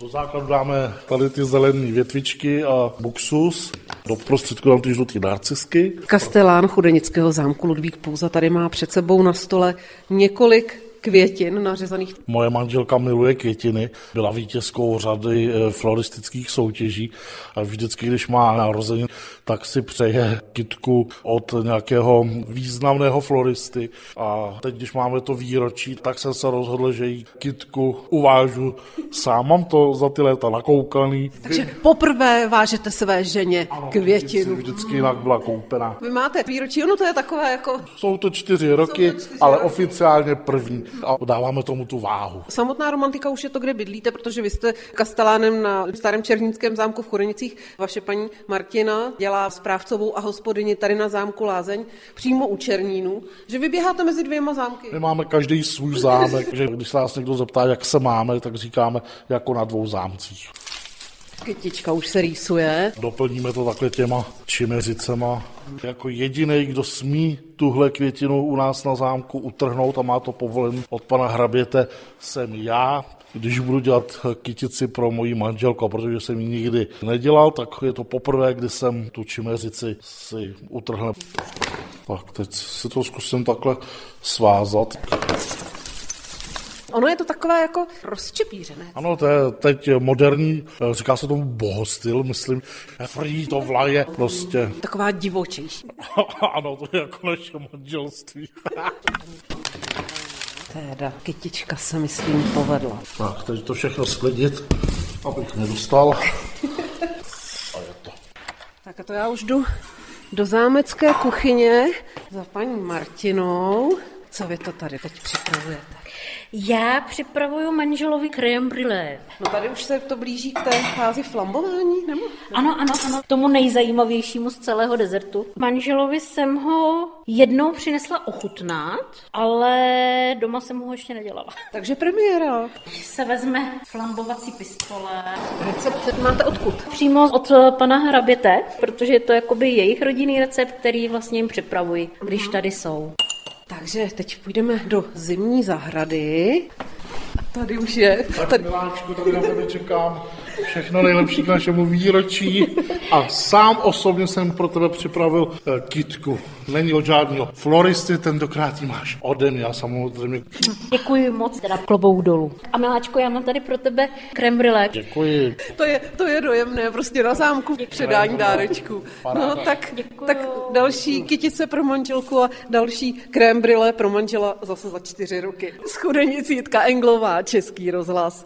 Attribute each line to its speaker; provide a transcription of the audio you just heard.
Speaker 1: Do základu dáme tady ty zelené větvičky a buxus. Do prostředku dám ty žlutý narcisky.
Speaker 2: Kastelán chudenického zámku Ludvík Pouza tady má před sebou na stole několik květin nařezaných.
Speaker 1: Moje manželka miluje květiny, byla vítězkou řady eh, floristických soutěží a vždycky, když má narozeniny, tak si přeje kytku od nějakého významného floristy. A teď, když máme to výročí, tak jsem se rozhodl, že jí kytku uvážu sám. Mám to za ty léta nakoukaný.
Speaker 2: Takže poprvé vážete své ženě květinu.
Speaker 1: Vždycky jinak byla koupená.
Speaker 2: Vy máte výročí, ono to je takové jako...
Speaker 1: Jsou to čtyři roky,
Speaker 2: čtyři
Speaker 1: ale
Speaker 2: roky.
Speaker 1: oficiálně první. A dáváme tomu tu váhu.
Speaker 2: Samotná romantika už je to, kde bydlíte, protože vy jste kastelánem na starém Černickém zámku v Chorenicích. Vaše paní Martina dělá správcovou a hospodyni tady na zámku Lázeň, přímo u Černínu, že vyběháte mezi dvěma zámky.
Speaker 1: My máme každý svůj zámek, že když se nás někdo zeptá, jak se máme, tak říkáme jako na dvou zámcích.
Speaker 2: Kytička už se rýsuje.
Speaker 1: Doplníme to takhle těma čimeřicema. Jako jediný, kdo smí tuhle květinu u nás na zámku utrhnout a má to povolen od pana Hraběte, jsem já. Když budu dělat kytici pro moji manželku, a protože jsem ji nikdy nedělal, tak je to poprvé, kdy jsem tu čimeřici si utrhl. Tak teď si to zkusím takhle svázat.
Speaker 2: Ono je to takové jako rozčepířené.
Speaker 1: Ano, to je teď moderní, eh, říká se tomu bohostyl, myslím, frý to vlaje, prostě.
Speaker 2: Taková divočejší.
Speaker 1: ano, to je jako naše manželství.
Speaker 2: Teda, kytička se, myslím, povedla.
Speaker 1: tak, teď to všechno sklidit, abych nedostal.
Speaker 2: Tak a to já už jdu do zámecké kuchyně za paní Martinou. Co vy to tady teď připravujete?
Speaker 3: Já připravuju manželovi crème brûlée.
Speaker 2: No tady už se to blíží k té fázi flambování, nebo?
Speaker 3: Ano, ano, ano. K Tomu nejzajímavějšímu z celého dezertu. Manželovi jsem ho jednou přinesla ochutnat, ale doma jsem ho ještě nedělala.
Speaker 2: Takže premiéra.
Speaker 3: Když se vezme flambovací pistole.
Speaker 2: Recept máte odkud?
Speaker 3: Přímo od eh, pana Hraběte, protože je to jakoby jejich rodinný recept, který vlastně jim připravuji, když tady jsou.
Speaker 2: Takže teď půjdeme do zimní zahrady. A tady už je.
Speaker 1: Tak,
Speaker 2: Tady.
Speaker 1: miláčku, tady na tebe čekám. Všechno nejlepší k našemu výročí. A sám osobně jsem pro tebe připravil eh, kitku. Není od žádného floristy, tentokrát ji máš ode mě a samozřejmě.
Speaker 3: Děkuji moc, teda klobouk dolů. A miláčko, já mám tady pro tebe crème brûlée.
Speaker 1: Děkuji.
Speaker 2: To je, to je dojemné, prostě na zámku předání dárečků. No tak, tak další kytice pro manželku a další krém brýle pro manžela zase za čtyři roky. Z chudenic Jitka Englová, Český rozhlas.